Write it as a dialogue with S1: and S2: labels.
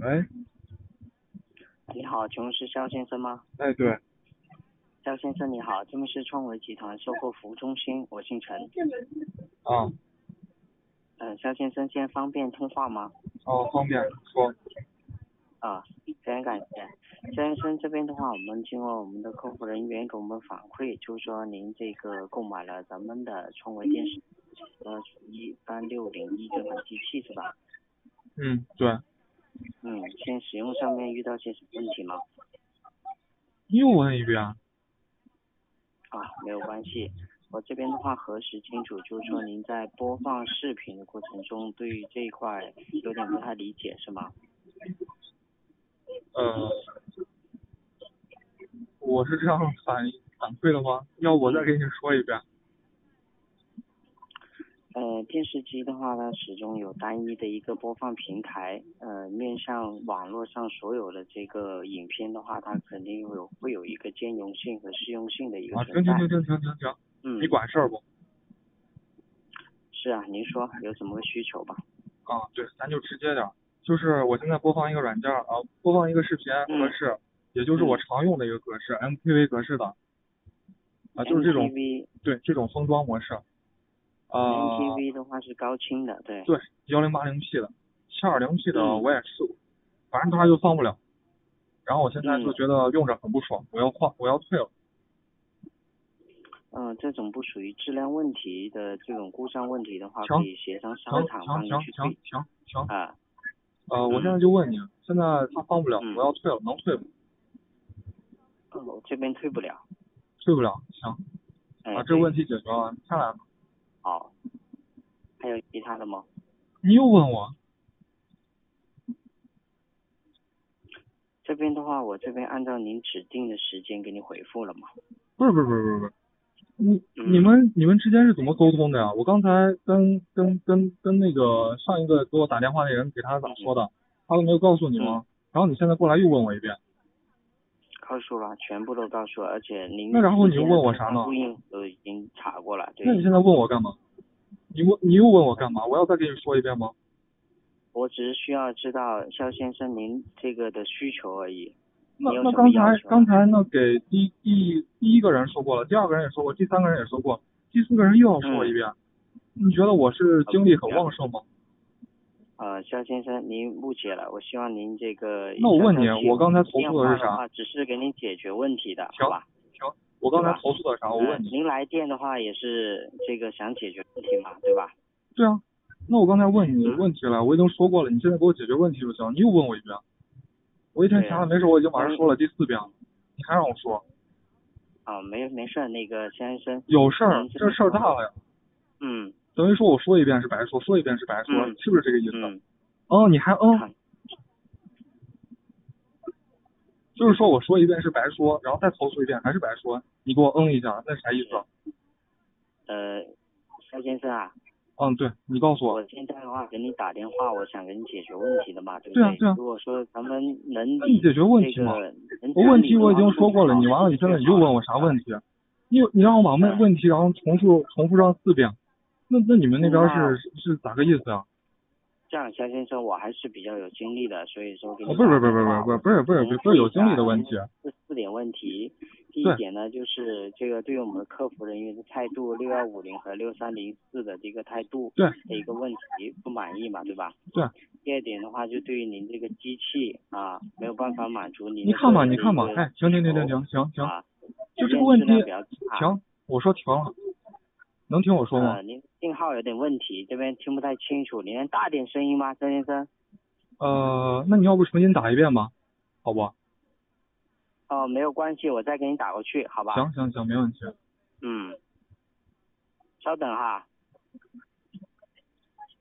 S1: 喂，
S2: 你好，请问是肖先生吗？
S1: 哎对，
S2: 肖先生你好，这边是创维集团收购服务中心，我姓陈。
S1: 啊，
S2: 嗯、肖先生现在方便通话吗？
S1: 哦，方便说，
S2: 啊，非常感谢。肖先生这边的话，我们经过我们的客服人员给我们反馈，就是说您这个购买了咱们的创维电视呃一三六零一这款机器是吧？
S1: 嗯，对，
S2: 嗯，现在使用上面遇到些什么问题吗？
S1: 又问一遍，
S2: 啊，没有关系。我这边的话核实清楚，就是说您在播放视频的过程中，对于这一块有点不太理解，是吗？
S1: 呃，我是这样反反馈的吗？要我再给你说一遍？啊
S2: 呃，电视机的话呢，始终有单一的一个播放平台，呃，面向网络上所有的这个影片的话，它肯定有会有一个兼容性和适用性的一
S1: 啊，
S2: 个
S1: 停
S2: 存在
S1: 停。停停停停停，
S2: 嗯
S1: 你，管事儿不？
S2: 是啊，您说有什么需求吧？
S1: 啊，对，咱就直接点儿，就是我现在播放一个软件儿啊，播放一个视频格式，也就是我常用的一个格式，MTV 格式的，啊，就是这种
S2: MTV
S1: 对这种封装模式，啊，
S2: MTV 的话是高清的，对。
S1: 对幺零八零 P 的，七二零 P 的
S2: 嗯
S1: 我也试过，反正它就放不了。然后我现在就
S2: 嗯
S1: 觉得用着很不爽，我要换，我要退了。
S2: 嗯，这种不属于质量问题的这种故障问题的话，
S1: 行
S2: 可以协商商
S1: 行
S2: 场
S1: 行
S2: 帮您
S1: 行
S2: 去
S1: 行
S2: 退
S1: 行行，
S2: 啊。
S1: 呃，我
S2: 嗯
S1: 现在就问你，现在它放不了，
S2: 嗯
S1: 我要退了，能退不？
S2: 呃我这边退不了。
S1: 退不了，行，
S2: 哎，
S1: 啊把这
S2: 对
S1: 个问题解决了，下来吧。
S2: 好。还有其他的吗？
S1: 你又问我，
S2: 这边的话，我这边按照您指定的时间给你回复了嘛。
S1: 不是不是不是不是不是，你
S2: 嗯
S1: 你们你们之间是怎么沟通的呀？我刚才跟跟跟跟那个上一个给我打电话那人给他咋
S2: 嗯
S1: 说的，他都没有告诉你吗？然后你现在过来又问我一遍，
S2: 告诉了，全部都告诉了，而且您
S1: 那然后
S2: 之
S1: 你
S2: 前
S1: 问
S2: 的
S1: 我
S2: 通
S1: 啥
S2: 话
S1: 呢
S2: 录音都已经查过了，对
S1: 那。你现在问我干嘛？你问你又问我干嘛？我要再给你说一遍吗？
S2: 我只是需要知道肖先生您这个的需求而已。
S1: 那
S2: 你有
S1: 那
S2: 什
S1: 刚
S2: 么要
S1: 才
S2: 求呢啊
S1: 刚才那给第第一第一个人说过了，第二个人也说过，第三个人也说过，第四个人又要说
S2: 嗯
S1: 一遍。你觉得我
S2: 啊
S1: 是精力很旺盛吗？
S2: 呃，肖先生，您误解了，我希望您这个。
S1: 那我问你啊
S2: 肖先生
S1: 我刚才投诉的是啥
S2: 电话话？只是给你解决问题的，
S1: 行
S2: 好吧？
S1: 我刚才
S2: 对吧
S1: 投诉的啥？我
S2: 呃
S1: 问你。
S2: 您来电的话也是这个想解决问题嘛，对吧？
S1: 对啊，那我刚才问你
S2: 嗯
S1: 问题了，我已经说过了，你现在给我解决问题就行。你又问我一遍，我一天
S2: 对啊
S1: 闲了没事，我已经把这说了第四遍了，你还让我说？
S2: 啊，没没事儿，那个肖先生，
S1: 有事儿
S2: 嗯，
S1: 这事儿大了呀，
S2: 嗯
S1: 等于说我说一遍是白说，说一遍是白说，
S2: 嗯
S1: 是不是这个意思？
S2: 嗯，
S1: 哦，你还嗯，
S2: 好
S1: 就是说我说一遍是白说，然后再投诉一遍还是白说，你给我嗯一下，那啥意思？
S2: 呃，肖先生啊，
S1: 嗯，对，你告诉我，
S2: 我现在的话给你打电话，我想给你解决问题的嘛，对不
S1: 对啊对啊
S2: 如果说咱们能
S1: 那你解决问题
S2: 这
S1: 嘛？
S2: 个能
S1: 我
S2: 讲
S1: 问
S2: 理
S1: 题
S2: 的
S1: 我已
S2: 话
S1: 经
S2: 就
S1: 说过了，
S2: 好
S1: 你完了，你现在你又问我啥问题？你你让我把问
S2: 嗯
S1: 问题然后重复重复上四遍，那那你们那边是是咋个意思啊？
S2: 这样，肖先生，我还是比较有精力的，所以说给
S1: 哦，
S2: 你
S1: 不是不是不是
S2: 打电话
S1: 不是不是不是不是不是有精力的问题，
S2: 这四点问题，第
S1: 对
S2: 一点呢，就是这个对于我们客服人员的态度，六幺五零和六三零四的这个态度
S1: 对
S2: 的一个问题不满意嘛，对吧？
S1: 对。
S2: 第二点的话，就对于您这个机器啊，没有办法满足您。
S1: 你看吧你看吧，哎，行行行行行行行，
S2: 啊，
S1: 就
S2: 体
S1: 这个
S2: 验
S1: 问
S2: 质量
S1: 题
S2: 比较差。
S1: 停，我说停了，能听我说吗
S2: 呃，？您信号有点问题，这边听不太清楚，您能大点声音吗，张先生？
S1: 呃，那你要不重新打一遍吧，好不？
S2: 哦，没有关系，我再给你打过去，好吧？嗯
S1: 行行行，没问题。
S2: 嗯，稍等哈。